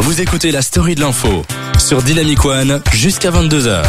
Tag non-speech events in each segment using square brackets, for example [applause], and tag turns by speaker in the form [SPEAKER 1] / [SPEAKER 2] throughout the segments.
[SPEAKER 1] Vous écoutez la story de l'info sur Dynamic One jusqu'à 22h.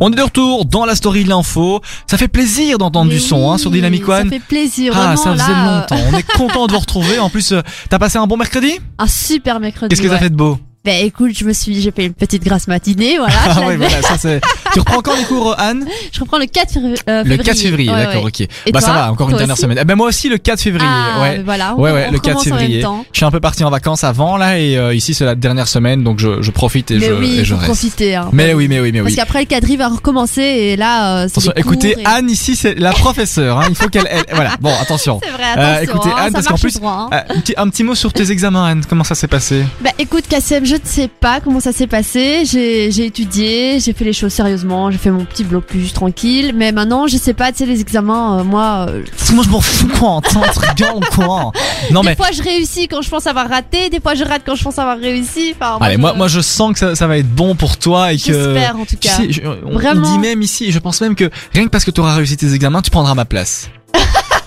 [SPEAKER 2] On est de retour dans la story de l'info. Ça fait plaisir d'entendre
[SPEAKER 3] Mais
[SPEAKER 2] du son hein,
[SPEAKER 3] oui,
[SPEAKER 2] sur Dynamic One.
[SPEAKER 3] Ça fait plaisir.
[SPEAKER 2] ah,
[SPEAKER 3] vraiment,
[SPEAKER 2] ça faisait
[SPEAKER 3] là, euh,
[SPEAKER 2] longtemps. On est content de vous retrouver. En plus, euh, t'as passé un bon mercredi
[SPEAKER 3] euh, Un super mercredi.
[SPEAKER 2] Qu'est-ce que t'as
[SPEAKER 3] ouais.
[SPEAKER 2] fait de beau
[SPEAKER 3] Bah écoute, je me suis, j'ai fait une petite grasse matinée, voilà. je,
[SPEAKER 2] [laughs] Ah ouais,
[SPEAKER 3] l'avais.
[SPEAKER 2] voilà, ça c'est. tu reprends quand les cours, euh, Anne
[SPEAKER 3] Je reprends le 4 février. euh,
[SPEAKER 2] Le 4 février,
[SPEAKER 3] Ouais,
[SPEAKER 2] d'accord,
[SPEAKER 3] ouais.
[SPEAKER 2] ok.
[SPEAKER 3] Et
[SPEAKER 2] bah ça
[SPEAKER 3] toi
[SPEAKER 2] va, encore une
[SPEAKER 3] Toi
[SPEAKER 2] dernière
[SPEAKER 3] aussi
[SPEAKER 2] semaine. Eh ben moi aussi le 4 février.
[SPEAKER 3] Ah,
[SPEAKER 2] ouais.
[SPEAKER 3] mais voilà, on,
[SPEAKER 2] Ouais, ouais,
[SPEAKER 3] on
[SPEAKER 2] le 4
[SPEAKER 3] commence
[SPEAKER 2] février.
[SPEAKER 3] En même temps.
[SPEAKER 2] Je suis un peu parti en vacances avant là et euh, ici c'est la dernière semaine donc je, je profite et
[SPEAKER 3] mais
[SPEAKER 2] je,
[SPEAKER 3] oui,
[SPEAKER 2] et je
[SPEAKER 3] faut
[SPEAKER 2] reste.
[SPEAKER 3] profiter. hein.
[SPEAKER 2] Mais oui, mais oui, mais
[SPEAKER 3] Parce
[SPEAKER 2] oui.
[SPEAKER 3] qu'après le quadrille va recommencer et là, euh, c'est
[SPEAKER 2] Attention,
[SPEAKER 3] des cours
[SPEAKER 2] écoutez,
[SPEAKER 3] et-
[SPEAKER 2] Anne ici c'est la professeure. hein, il faut qu'elle. elle- Voilà, bon,
[SPEAKER 3] [laughs]
[SPEAKER 2] attention.
[SPEAKER 3] C'est vrai, attention.
[SPEAKER 2] Euh, écoutez,
[SPEAKER 3] hein,
[SPEAKER 2] Anne,
[SPEAKER 3] ça
[SPEAKER 2] parce qu'en
[SPEAKER 3] marche
[SPEAKER 2] plus-
[SPEAKER 3] droit, hein.
[SPEAKER 2] Euh, un, petit, un petit mot sur tes examens, Anne. Comment ça s'est passé
[SPEAKER 3] Bah écoute Kassem, je ne sais pas comment ça s'est passé. J'ai j'ai étudié, j'ai fait les choses sérieusement, j'ai fait mon petit blocus tranquille. Mais maintenant, je sais pas, tu sais, les examens, euh, moi, euh,
[SPEAKER 2] Moi, je m'en fous quoi en tant que gars au courant. Non
[SPEAKER 3] des
[SPEAKER 2] mais.
[SPEAKER 3] fois je réussis quand je pense avoir raté, des fois je rate quand je pense avoir réussi. Enfin,
[SPEAKER 2] Allez, moi,
[SPEAKER 3] je-
[SPEAKER 2] moi, je sens que ça, ça va être bon pour toi et que.
[SPEAKER 3] j'espère en tout
[SPEAKER 2] Tu
[SPEAKER 3] cas.
[SPEAKER 2] sais, je- on, on
[SPEAKER 3] Vraiment.
[SPEAKER 2] dit même ici, et je pense même que rien que parce que tu auras réussi tes examens, tu prendras ma
[SPEAKER 3] [laughs]
[SPEAKER 2] place.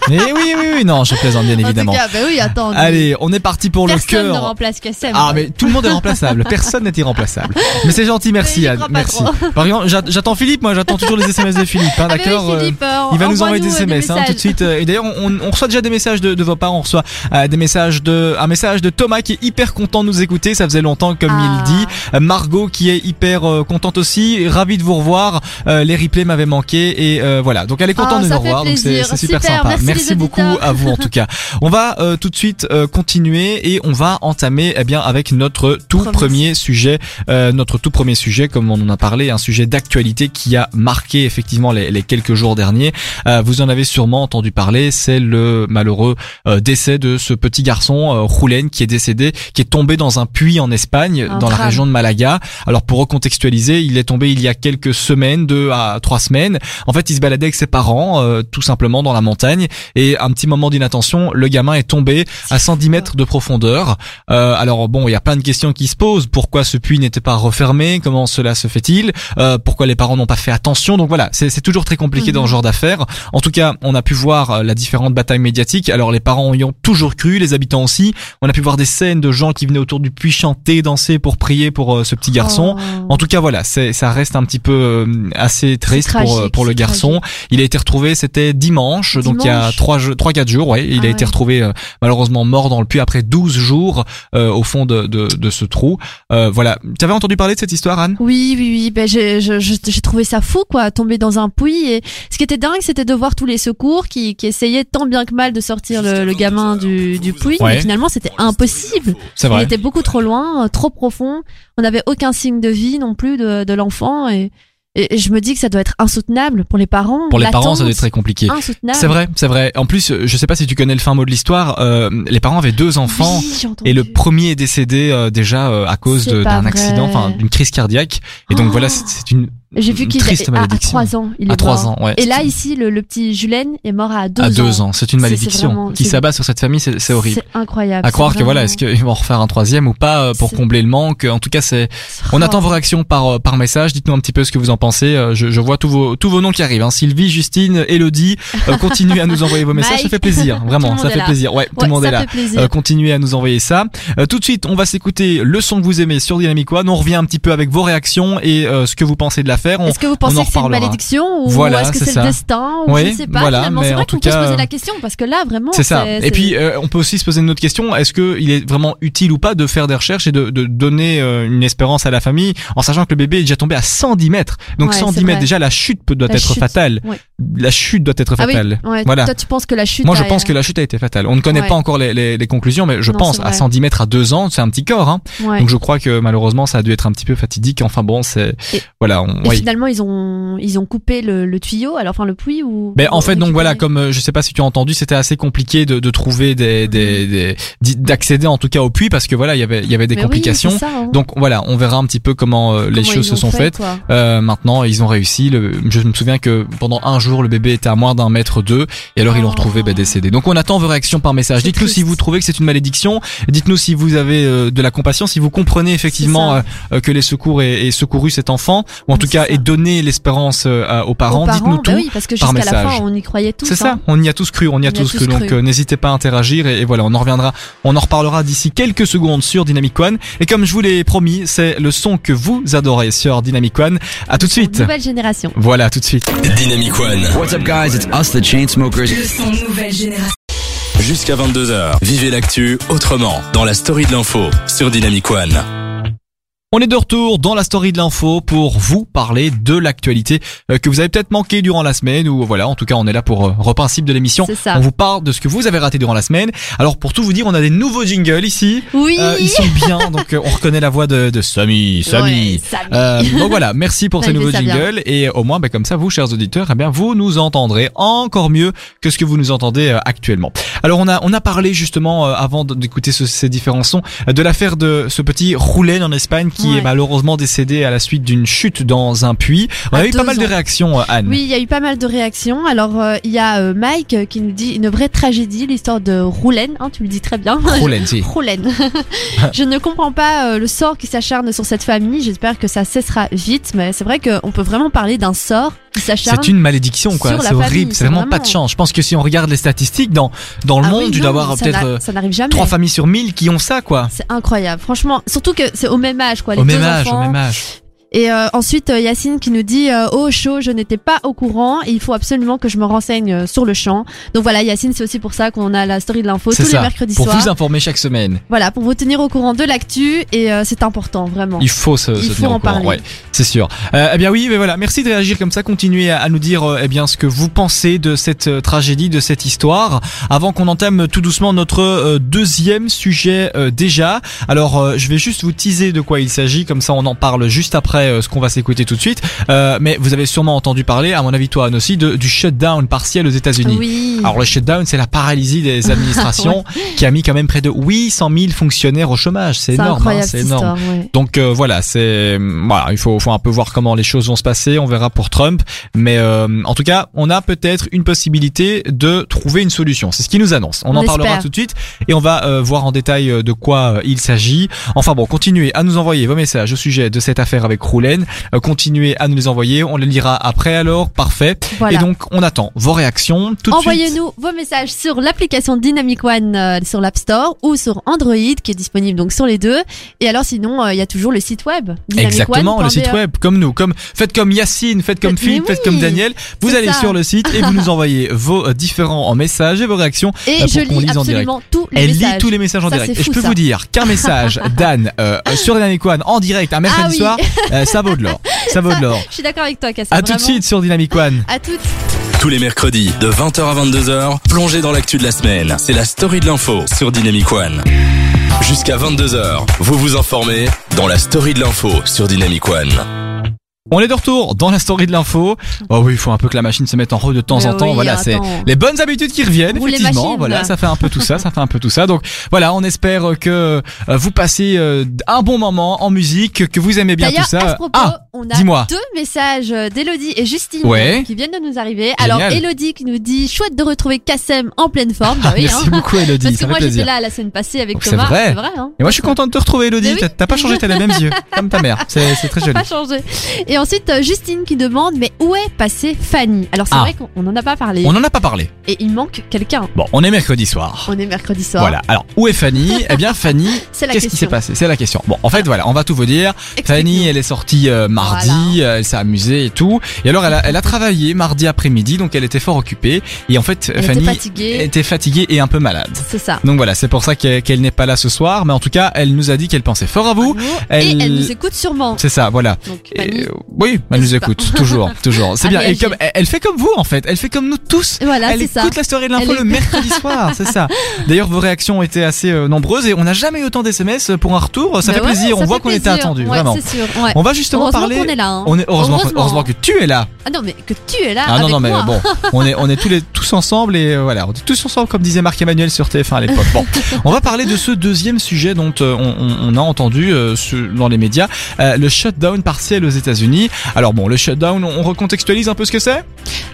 [SPEAKER 2] Mais oui, oui, oui, non, je plaisante bien évidemment.
[SPEAKER 3] En tout cas, bah oui, attends.
[SPEAKER 2] Allez, on est parti pour
[SPEAKER 3] personne
[SPEAKER 2] le
[SPEAKER 3] ne
[SPEAKER 2] cœur.
[SPEAKER 3] remplace Kassem.
[SPEAKER 2] Ah mais tout le monde est remplaçable, personne n'est irremplaçable. Mais c'est gentil, merci
[SPEAKER 3] j'y
[SPEAKER 2] Anne,
[SPEAKER 3] crois pas
[SPEAKER 2] merci.
[SPEAKER 3] trop.
[SPEAKER 2] Par exemple, j'a- j'attends Philippe, moi j'attends toujours les SMS de Philippe, hein,
[SPEAKER 3] Ah, mais oui,
[SPEAKER 2] d'accord euh,
[SPEAKER 3] Philippe, euh,
[SPEAKER 2] il va nous
[SPEAKER 3] envoie-nous,
[SPEAKER 2] envoyer des
[SPEAKER 3] euh,
[SPEAKER 2] SMS hein, tout de
[SPEAKER 3] messages.
[SPEAKER 2] suite. Euh, Et d'ailleurs, on, on reçoit déjà des messages de, de vos parents. On reçoit euh, des messages de un message de Thomas qui est hyper content de nous écouter. Ça faisait longtemps, comme
[SPEAKER 3] Ah.
[SPEAKER 2] il dit. Euh, Margot qui est hyper euh, contente aussi, ravie de vous revoir. Euh, les replays m'avaient manqué et euh, voilà. Donc elle est contente
[SPEAKER 3] Ah,
[SPEAKER 2] de
[SPEAKER 3] ça
[SPEAKER 2] nous
[SPEAKER 3] fait
[SPEAKER 2] revoir. Donc c'est
[SPEAKER 3] plaisir.
[SPEAKER 2] c'est super,
[SPEAKER 3] Super,
[SPEAKER 2] sympa.
[SPEAKER 3] merci les
[SPEAKER 2] beaucoup
[SPEAKER 3] auditeurs.
[SPEAKER 2] à vous en tout cas. On va euh, tout de suite euh, continuer et on va entamer eh bien avec notre tout
[SPEAKER 3] Promise.
[SPEAKER 2] premier sujet, euh, notre tout premier sujet comme on en a parlé, un sujet d'actualité qui a marqué effectivement les, les quelques jours derniers. Euh, vous en avez sûrement entendu parler, c'est le malheureux euh, décès de ce petit garçon euh, Roulen qui est décédé, qui est tombé dans un puits en Espagne,
[SPEAKER 3] Un
[SPEAKER 2] dans la
[SPEAKER 3] drame.
[SPEAKER 2] région de Malaga. Alors pour recontextualiser, il est tombé il y a quelques semaines, deux à trois semaines. En fait, il se baladait avec ses parents, euh, tout simplement dans la montagne, et un petit moment d'inattention, le gamin est tombé à 110 mètres de profondeur. Euh, alors bon, il y a plein de questions qui se posent. Pourquoi ce puits n'était pas refermé Comment cela se fait-il Euh, Pourquoi les parents n'ont pas fait attention Donc voilà, c'est c'est toujours très compliqué
[SPEAKER 3] Mhm.
[SPEAKER 2] dans ce genre d'affaires. En tout cas, on a pu voir euh, la différente bataille médiatique. Alors les parents y ont toujours cru, les habitants aussi. On a pu voir des scènes de gens qui venaient autour du puits chanter, danser pour prier pour euh, ce petit garçon.
[SPEAKER 3] Oh.
[SPEAKER 2] En tout cas, voilà, c'est, ça reste un petit peu euh, assez triste pour, euh,
[SPEAKER 3] tragique,
[SPEAKER 2] pour le
[SPEAKER 3] c'est
[SPEAKER 2] garçon. Il a été retrouvé, c'était dimanche, donc il y a
[SPEAKER 3] Dimanche.
[SPEAKER 2] trois, jeux- trois, quatre jours. Ouais, il a
[SPEAKER 3] Ah
[SPEAKER 2] été
[SPEAKER 3] ouais.
[SPEAKER 2] retrouvé euh, malheureusement mort dans le puits après 12 jours euh, au fond de, de, de ce trou. Euh, voilà, t'avais entendu parler de cette histoire, Anne
[SPEAKER 3] Oui, oui, oui. Ben, j'ai, je- je- j'ai trouvé ça fou, quoi, tomber dans un puits. Et ce qui était dingue, c'était de voir tous les secours qui, qui essayaient tant bien que mal de sortir le, le gamin du, du puits.
[SPEAKER 2] Ouais.
[SPEAKER 3] Mais finalement, c'était impossible.
[SPEAKER 2] C'est
[SPEAKER 3] Il
[SPEAKER 2] vrai.
[SPEAKER 3] était beaucoup trop loin, euh, trop profond. On n'avait aucun signe de vie non plus de, de l'enfant. Et, et je me dis que ça doit être insoutenable pour les parents.
[SPEAKER 2] Pour les parents, ça doit
[SPEAKER 3] L'attente,
[SPEAKER 2] être très compliqué.
[SPEAKER 3] insoutenable.
[SPEAKER 2] C'est vrai, c'est vrai. En plus, euh, je sais pas si tu connais le fin mot de l'histoire. euh, les parents avaient deux enfants.
[SPEAKER 3] Oui, j'ai entendu.
[SPEAKER 2] Et le premier est décédé euh, déjà euh, à cause
[SPEAKER 3] C'est
[SPEAKER 2] de-
[SPEAKER 3] pas
[SPEAKER 2] d'un
[SPEAKER 3] vrai.
[SPEAKER 2] accident, enfin d'une crise cardiaque. Et donc
[SPEAKER 3] Oh.
[SPEAKER 2] voilà, c'est- c'est une,
[SPEAKER 3] J'ai vu
[SPEAKER 2] une
[SPEAKER 3] qu'il
[SPEAKER 2] triste
[SPEAKER 3] est à, à
[SPEAKER 2] malédiction.
[SPEAKER 3] 3 ans. Il est
[SPEAKER 2] à trois
[SPEAKER 3] mort.
[SPEAKER 2] ans, ouais.
[SPEAKER 3] Et là, ici, le, le petit Julien est mort à 2
[SPEAKER 2] à
[SPEAKER 3] ans.
[SPEAKER 2] deux ans. C'est une
[SPEAKER 3] C'est- c'est
[SPEAKER 2] malédiction
[SPEAKER 3] vraiment-
[SPEAKER 2] qui
[SPEAKER 3] c'est-
[SPEAKER 2] s'abat sur cette famille, c'est c'est horrible.
[SPEAKER 3] C'est incroyable.
[SPEAKER 2] À
[SPEAKER 3] c'est
[SPEAKER 2] croire que voilà,
[SPEAKER 3] vraiment-
[SPEAKER 2] est-ce qu'ils vont en refaire un troisième ou pas euh, pour
[SPEAKER 3] C'est-
[SPEAKER 2] combler le manque En tout cas, c'est. On
[SPEAKER 3] Oh.
[SPEAKER 2] attend vos réactions par euh, par message. Dites-nous un petit peu ce que vous en pensez. Euh, Je, je vois tous vos tous vos noms qui arrivent. hein. Sylvie, Justine, Elodie,
[SPEAKER 3] [laughs]
[SPEAKER 2] euh, continuez à nous envoyer vos messages. Ça
[SPEAKER 3] Mike.
[SPEAKER 2] fait plaisir,
[SPEAKER 3] [laughs] Tout
[SPEAKER 2] vraiment.
[SPEAKER 3] le
[SPEAKER 2] Ça
[SPEAKER 3] monde est
[SPEAKER 2] fait
[SPEAKER 3] là.
[SPEAKER 2] plaisir. Ouais, tout
[SPEAKER 3] Ouais,
[SPEAKER 2] le monde
[SPEAKER 3] ça
[SPEAKER 2] est là.
[SPEAKER 3] fait plaisir.
[SPEAKER 2] Euh, continuez à nous envoyer ça. Euh, tout de suite, on va s'écouter le son que vous aimez sur Dynamic One. On revient un petit peu avec vos réactions et euh, ce que vous pensez de l'affaire. On-
[SPEAKER 3] Est-ce que vous
[SPEAKER 2] on en
[SPEAKER 3] pensez que c'est une
[SPEAKER 2] reparlera.
[SPEAKER 3] malédiction ou
[SPEAKER 2] Voilà,
[SPEAKER 3] est-ce que
[SPEAKER 2] c'est
[SPEAKER 3] c'est
[SPEAKER 2] ça.
[SPEAKER 3] le destin ou
[SPEAKER 2] Oui,
[SPEAKER 3] je ne sais pas
[SPEAKER 2] voilà,
[SPEAKER 3] finalement
[SPEAKER 2] mais
[SPEAKER 3] c'est
[SPEAKER 2] en
[SPEAKER 3] vrai
[SPEAKER 2] tout
[SPEAKER 3] qu'on peut
[SPEAKER 2] cas,
[SPEAKER 3] se
[SPEAKER 2] euh,
[SPEAKER 3] poser la question parce que là vraiment
[SPEAKER 2] C'est ça.
[SPEAKER 3] Oh, c'est-
[SPEAKER 2] Et puis, euh, on peut aussi se poser une autre question. Est-ce que il est vraiment utile ou pas de faire des recherches et de, de donner euh, une espérance à la famille en sachant que le bébé est déjà tombé à 110 mètres Donc
[SPEAKER 3] Ouais,
[SPEAKER 2] 110
[SPEAKER 3] c'est
[SPEAKER 2] mètres,
[SPEAKER 3] vrai.
[SPEAKER 2] déjà, la chute peut- doit
[SPEAKER 3] La
[SPEAKER 2] être
[SPEAKER 3] chute,
[SPEAKER 2] fatale.
[SPEAKER 3] ouais.
[SPEAKER 2] La chute doit être
[SPEAKER 3] ah oui,
[SPEAKER 2] fatale.
[SPEAKER 3] ouais,
[SPEAKER 2] Voilà.
[SPEAKER 3] toi tu penses que la chute
[SPEAKER 2] Moi, je
[SPEAKER 3] a-
[SPEAKER 2] pense que la chute a été fatale. On ne connaît
[SPEAKER 3] Ouais.
[SPEAKER 2] pas encore les, les- les conclusions, mais je
[SPEAKER 3] Non,
[SPEAKER 2] pense
[SPEAKER 3] c'est
[SPEAKER 2] à
[SPEAKER 3] vrai.
[SPEAKER 2] 110 mètres à deux ans, c'est un petit corps. Hein.
[SPEAKER 3] ouais.
[SPEAKER 2] Donc, je crois que malheureusement, ça a dû être un petit peu fatidique. Enfin bon, c'est
[SPEAKER 3] Et-
[SPEAKER 2] voilà. On,
[SPEAKER 3] Et
[SPEAKER 2] oui.
[SPEAKER 3] finalement ils ont ils ont coupé le, le tuyau alors enfin le puits ou
[SPEAKER 2] Mais Ben, en
[SPEAKER 3] ou
[SPEAKER 2] fait, donc
[SPEAKER 3] récupéré.
[SPEAKER 2] voilà, comme euh, je sais pas si tu as entendu, c'était assez compliqué de, de trouver des, des, des- d'i- d'accéder en tout cas au puits parce que voilà, il y avait, il y avait des
[SPEAKER 3] Mais oui,
[SPEAKER 2] complications.
[SPEAKER 3] c'est ça, hein.
[SPEAKER 2] donc voilà, on verra un petit peu comment euh, les
[SPEAKER 3] Comment
[SPEAKER 2] choses
[SPEAKER 3] ils
[SPEAKER 2] se sont
[SPEAKER 3] ont fait,
[SPEAKER 2] faites.
[SPEAKER 3] quoi.
[SPEAKER 2] Euh, maintenant, ils ont réussi. Le, je me souviens que pendant un jour, le bébé était à moins d'un mètre deux, et alors ils l'ont
[SPEAKER 3] Oh.
[SPEAKER 2] retrouvé bah, décédé. Donc on attend vos réactions par message.
[SPEAKER 3] C'est
[SPEAKER 2] Dites-nous
[SPEAKER 3] triste.
[SPEAKER 2] si vous trouvez que c'est une malédiction. Dites-nous si vous avez euh, de la compassion, si vous comprenez effectivement
[SPEAKER 3] C'est
[SPEAKER 2] euh, euh, que les secours aient, aient secouru cet enfant, ou en tout
[SPEAKER 3] C'est
[SPEAKER 2] cas
[SPEAKER 3] ça.
[SPEAKER 2] et donner l'espérance euh, à- aux parents.
[SPEAKER 3] Aux parents,
[SPEAKER 2] Dites-nous
[SPEAKER 3] bah
[SPEAKER 2] tout.
[SPEAKER 3] oui, parce que
[SPEAKER 2] par
[SPEAKER 3] jusqu'à la
[SPEAKER 2] message.
[SPEAKER 3] fin, on y croyait tous.
[SPEAKER 2] C'est ça,
[SPEAKER 3] hein.
[SPEAKER 2] on y a tous cru, on y a, tous, cru. Donc euh, n'hésitez pas à interagir et, et voilà, on en reviendra, on en reparlera d'ici quelques secondes sur Dynamic One. Et comme je vous l'ai promis, c'est le son que vous adorez sur Dynamic One. À tout de suite.
[SPEAKER 3] Nouvelle génération.
[SPEAKER 2] Voilà, à tout de suite.
[SPEAKER 1] Dynamic One.
[SPEAKER 4] What's up, guys? It's us, the Chainsmokers.
[SPEAKER 5] Le son nouvelle génération.
[SPEAKER 1] Jusqu'à 22h. Vivez l'actu autrement dans la story de l'info sur Dynamic One.
[SPEAKER 2] On est de retour dans la story de l'info pour vous parler de l'actualité euh, que vous avez peut-être manqué durant la semaine ou voilà, en tout cas, on est là pour euh, reprincipe de l'émission.
[SPEAKER 3] C'est ça.
[SPEAKER 2] On vous parle de ce que vous avez raté durant la semaine. Alors pour tout vous dire, on a des nouveaux jingles ici.
[SPEAKER 3] Oui.
[SPEAKER 2] Euh, ils sont bien, donc euh, on reconnaît la voix de, de Samy, Samy.
[SPEAKER 3] Ouais, Samy. [laughs]
[SPEAKER 2] Euh, donc voilà, merci pour
[SPEAKER 3] Ça,
[SPEAKER 2] ces
[SPEAKER 3] il fait
[SPEAKER 2] nouveaux
[SPEAKER 3] Bah, ça bien.
[SPEAKER 2] jingles et au moins, ben, comme ça, vous, chers auditeurs, eh bien, vous nous entendrez encore mieux que ce que vous nous entendez euh, actuellement. Alors on a on a parlé justement euh, avant de- d'écouter ce- ces différents sons euh, de l'affaire de ce petit Roulen en Espagne qui
[SPEAKER 3] Ouais.
[SPEAKER 2] est malheureusement décédé à la suite d'une chute dans un puits. On
[SPEAKER 3] À
[SPEAKER 2] a eu pas
[SPEAKER 3] deux
[SPEAKER 2] mal de
[SPEAKER 3] ans.
[SPEAKER 2] réactions, euh, Anne.
[SPEAKER 3] Oui, il y a eu pas mal de réactions. Alors, euh, il y a euh, Mike euh, qui nous dit une vraie tragédie, l'histoire de Roulaine. Hein, tu le dis
[SPEAKER 2] [laughs]
[SPEAKER 3] très bien.
[SPEAKER 2] Roulen, si.
[SPEAKER 3] Roulaine.
[SPEAKER 2] [laughs]
[SPEAKER 3] je ne comprends pas euh, le sort qui s'acharne sur cette famille. J'espère que ça cessera vite. Mais c'est vrai qu'on peut vraiment parler d'un sort qui s'acharne.
[SPEAKER 2] C'est une malédiction, quoi.
[SPEAKER 3] sur la
[SPEAKER 2] C'est horrible.
[SPEAKER 3] famille,
[SPEAKER 2] C'est vraiment,
[SPEAKER 3] vraiment.
[SPEAKER 2] pas de chance. Je pense que si on regarde les statistiques dans dans le
[SPEAKER 3] Ah
[SPEAKER 2] monde,
[SPEAKER 3] oui,
[SPEAKER 2] tu
[SPEAKER 3] non,
[SPEAKER 2] dois avoir
[SPEAKER 3] ça
[SPEAKER 2] peut-être
[SPEAKER 3] n'a-
[SPEAKER 2] euh,
[SPEAKER 3] Ça n'arrive jamais.
[SPEAKER 2] trois familles sur 1000 qui ont ça, quoi.
[SPEAKER 3] C'est incroyable. Franchement, surtout que c'est au même âge, quoi. Les
[SPEAKER 2] Au même
[SPEAKER 3] deux
[SPEAKER 2] âge, au
[SPEAKER 3] enfants.
[SPEAKER 2] même âge.
[SPEAKER 3] Et euh, ensuite, euh, Yacine qui nous dit euh, Oh, chaud, je n'étais pas au courant. Il faut absolument que je me renseigne euh, sur le champ. Donc voilà, Yacine, c'est aussi pour ça qu'on a la story de l'info tous
[SPEAKER 2] C'est ça.
[SPEAKER 3] les mercredis
[SPEAKER 2] Pour
[SPEAKER 3] soirs.
[SPEAKER 2] vous hein. informer chaque semaine,
[SPEAKER 3] Voilà, pour vous tenir au courant de l'actu. Et euh, c'est important, vraiment.
[SPEAKER 2] il faut se,
[SPEAKER 3] Il
[SPEAKER 2] se
[SPEAKER 3] faut
[SPEAKER 2] tenir au
[SPEAKER 3] en
[SPEAKER 2] courant.
[SPEAKER 3] parler.
[SPEAKER 2] Ouais, c'est sûr. Euh, eh bien oui, mais voilà, merci de réagir comme ça. Continuez à, à nous dire euh, eh bien ce que vous pensez de cette euh, tragédie, de cette histoire. Avant qu'on entame tout doucement notre euh, deuxième sujet euh, déjà. Alors euh, je vais juste vous teaser de quoi il s'agit. Comme ça, on en parle juste après euh, ce qu'on va s'écouter tout de suite. Euh, mais vous avez sûrement entendu parler, à mon avis toi Anne aussi, de, du shutdown partiel aux États-Unis.
[SPEAKER 3] Oui.
[SPEAKER 2] Alors le shutdown, c'est la paralysie des
[SPEAKER 3] [laughs]
[SPEAKER 2] administrations qui a mis quand même près de 800 000 fonctionnaires au chômage. C'est
[SPEAKER 3] c'est
[SPEAKER 2] énorme, hein,
[SPEAKER 3] incroyable
[SPEAKER 2] c'est
[SPEAKER 3] cette
[SPEAKER 2] énorme.
[SPEAKER 3] histoire. ouais.
[SPEAKER 2] Donc euh, voilà, c'est mm, voilà, il faut, faut un peu voir comment les choses vont se passer. On verra pour Trump, mais euh, en tout cas, on a peut-être une possibilité de trouver une solution. C'est ce qu'il nous annonce. On,
[SPEAKER 3] On
[SPEAKER 2] en parlera
[SPEAKER 3] espère.
[SPEAKER 2] tout de suite et on va euh, voir en détail euh, de quoi euh, il s'agit. Enfin bon, continuez à nous envoyer vos messages au sujet de cette affaire avec Roulen. Euh, continuez à nous les envoyer. On les lira après. Alors parfait.
[SPEAKER 3] Voilà.
[SPEAKER 2] Et donc on attend vos réactions tout de suite.
[SPEAKER 3] Envoyez-nous vos messages sur l'application Dynamic One euh, sur l'App Store ou sur Android qui est disponible donc sur les deux. Et alors sinon, euh, il y a toujours le site web.
[SPEAKER 2] Exactement, le
[SPEAKER 3] dynamicone.be.
[SPEAKER 2] site web, comme nous, comme faites comme Yacine, faites comme
[SPEAKER 3] Mais
[SPEAKER 2] Philippe, faites
[SPEAKER 3] oui,
[SPEAKER 2] comme Daniel. Vous
[SPEAKER 3] c'est
[SPEAKER 2] allez
[SPEAKER 3] ça.
[SPEAKER 2] sur le site et vous nous
[SPEAKER 3] [laughs]
[SPEAKER 2] envoyez vos euh, différents messages et vos réactions.
[SPEAKER 3] Et
[SPEAKER 2] Bah, Pour
[SPEAKER 3] je
[SPEAKER 2] qu'on
[SPEAKER 3] lis
[SPEAKER 2] lise en direct.
[SPEAKER 3] absolument tous les
[SPEAKER 2] Elle
[SPEAKER 3] messages.
[SPEAKER 2] lit tous les messages en
[SPEAKER 3] Ça,
[SPEAKER 2] direct.
[SPEAKER 3] c'est
[SPEAKER 2] Et je
[SPEAKER 3] fou,
[SPEAKER 2] peux
[SPEAKER 3] ça.
[SPEAKER 2] vous dire qu'un message
[SPEAKER 3] [laughs]
[SPEAKER 2] d'Anne euh, sur Dynamic One en direct un mercredi
[SPEAKER 3] Ah oui.
[SPEAKER 2] soir,
[SPEAKER 3] [laughs]
[SPEAKER 2] euh, ça vaut de l'or. Ça vaut de l'or.
[SPEAKER 3] Je suis d'accord avec toi, Cassim.
[SPEAKER 2] À tout de
[SPEAKER 3] vraiment.
[SPEAKER 2] suite sur Dynamic One.
[SPEAKER 3] À toutes.
[SPEAKER 1] Tous les mercredis de 20h à 22h, plongez dans l'actu de la semaine. C'est la story de l'info sur Dynamic One. Jusqu'à 22h, vous vous informez dans la story de l'info sur Dynamic One.
[SPEAKER 2] On est de retour dans la story de l'info. Oh oui, il faut un peu que la machine se mette en route de temps
[SPEAKER 3] Mais
[SPEAKER 2] en temps.
[SPEAKER 3] Euh, Ben oui,
[SPEAKER 2] voilà,
[SPEAKER 3] attends.
[SPEAKER 2] c'est les bonnes habitudes qui reviennent.
[SPEAKER 3] Roule les
[SPEAKER 2] effectivement,
[SPEAKER 3] machines.
[SPEAKER 2] voilà, ça fait un peu tout ça, ça fait un peu tout ça. Donc voilà, on espère que euh, vous passez euh, un bon moment en musique, que vous aimez bien tout
[SPEAKER 3] D'ailleurs,
[SPEAKER 2] ça.
[SPEAKER 3] à ce propos,
[SPEAKER 2] ah,
[SPEAKER 3] on
[SPEAKER 2] dis-moi.
[SPEAKER 3] a deux messages d'Elodie et Justine
[SPEAKER 2] Ouais.
[SPEAKER 3] qui viennent de nous arriver. Alors, Elodie qui nous dit chouette de retrouver Kassem en pleine forme. Bah oui,
[SPEAKER 2] Ah, merci
[SPEAKER 3] hein.
[SPEAKER 2] beaucoup Elodie,
[SPEAKER 3] Parce que
[SPEAKER 2] ça
[SPEAKER 3] moi
[SPEAKER 2] fait
[SPEAKER 3] j'étais
[SPEAKER 2] plaisir.
[SPEAKER 3] là la semaine passée avec
[SPEAKER 2] Oh, c'est
[SPEAKER 3] Thomas.
[SPEAKER 2] vrai.
[SPEAKER 3] C'est vrai. Hein.
[SPEAKER 2] Et moi je suis content de te retrouver Elodie,
[SPEAKER 3] Mais oui.
[SPEAKER 2] t'as t'as pas changé, t'as les mêmes yeux, comme ta mère. C'est c'est très joli.
[SPEAKER 3] Pas changé. Et ensuite euh, Justine qui demande mais où est passée Fanny Alors c'est
[SPEAKER 2] Ah.
[SPEAKER 3] vrai qu'on on en a pas parlé
[SPEAKER 2] On en a pas parlé.
[SPEAKER 3] et il manque quelqu'un.
[SPEAKER 2] Bon, on est mercredi soir.
[SPEAKER 3] On est mercredi soir.
[SPEAKER 2] Voilà. Alors, où est Fanny Eh bien, Fanny,
[SPEAKER 3] C'est [laughs] la
[SPEAKER 2] Qu'est-ce qui s'est
[SPEAKER 3] question.
[SPEAKER 2] passé C'est la question. Bon, en fait, voilà, on va tout vous dire. Fanny,
[SPEAKER 3] Explique-nous.
[SPEAKER 2] elle est sortie euh, mardi, euh, elle s'est amusée et tout. Et alors, elle a, elle a travaillé mardi après-midi, donc elle était fort occupée. Et en fait,
[SPEAKER 3] Elle
[SPEAKER 2] Fanny
[SPEAKER 3] était fatiguée.
[SPEAKER 2] était fatiguée et un peu malade.
[SPEAKER 3] C'est ça.
[SPEAKER 2] Donc voilà, c'est pour ça qu'elle qu'elle n'est pas là ce soir. Mais en tout cas, elle nous a dit qu'elle pensait fort à vous.
[SPEAKER 3] Et
[SPEAKER 2] Elle-
[SPEAKER 3] elle nous écoute sûrement.
[SPEAKER 2] C'est ça, voilà.
[SPEAKER 3] Donc
[SPEAKER 2] Et,
[SPEAKER 3] Fanny.
[SPEAKER 2] euh, oui, elle nous
[SPEAKER 3] N'hésite pas.
[SPEAKER 2] écoute toujours,
[SPEAKER 3] [laughs]
[SPEAKER 2] toujours. C'est
[SPEAKER 3] À
[SPEAKER 2] bien. Et
[SPEAKER 3] réagir.
[SPEAKER 2] comme elle elle fait comme vous en fait, elle fait comme nous tous.
[SPEAKER 3] Voilà,
[SPEAKER 2] Elle
[SPEAKER 3] c'est
[SPEAKER 2] écoute
[SPEAKER 3] ça.
[SPEAKER 2] la story de l'info le
[SPEAKER 3] Elle écoute. [laughs]
[SPEAKER 2] mercredi soir, c'est ça. D'ailleurs, vos réactions ont été assez euh, nombreuses et on n'a jamais eu autant d'SMS pour un retour. Ça
[SPEAKER 3] Bah
[SPEAKER 2] fait
[SPEAKER 3] ouais,
[SPEAKER 2] plaisir, on
[SPEAKER 3] ça
[SPEAKER 2] voit
[SPEAKER 3] fait
[SPEAKER 2] qu'on était
[SPEAKER 3] plaisir.
[SPEAKER 2] attendu,
[SPEAKER 3] Ouais,
[SPEAKER 2] vraiment.
[SPEAKER 3] C'est sûr. Ouais.
[SPEAKER 2] On va justement
[SPEAKER 3] Heureusement
[SPEAKER 2] parler.
[SPEAKER 3] qu'on est là. hein.
[SPEAKER 2] On est heureusement, heureusement. que tu es là.
[SPEAKER 3] Ah non mais que tu es là.
[SPEAKER 2] Ah non
[SPEAKER 3] avec
[SPEAKER 2] non mais
[SPEAKER 3] moi.
[SPEAKER 2] bon, on est on est tous les tous ensemble et euh, voilà, on est tous ensemble comme disait Marc Emmanuel sur TF1 à l'époque. Bon, on va parler de ce deuxième sujet dont euh, on, on- on a entendu euh, ce- dans les médias, euh, le shutdown partiel aux États-Unis. États-Unis. Alors bon, le shutdown, on recontextualise un peu ce que c'est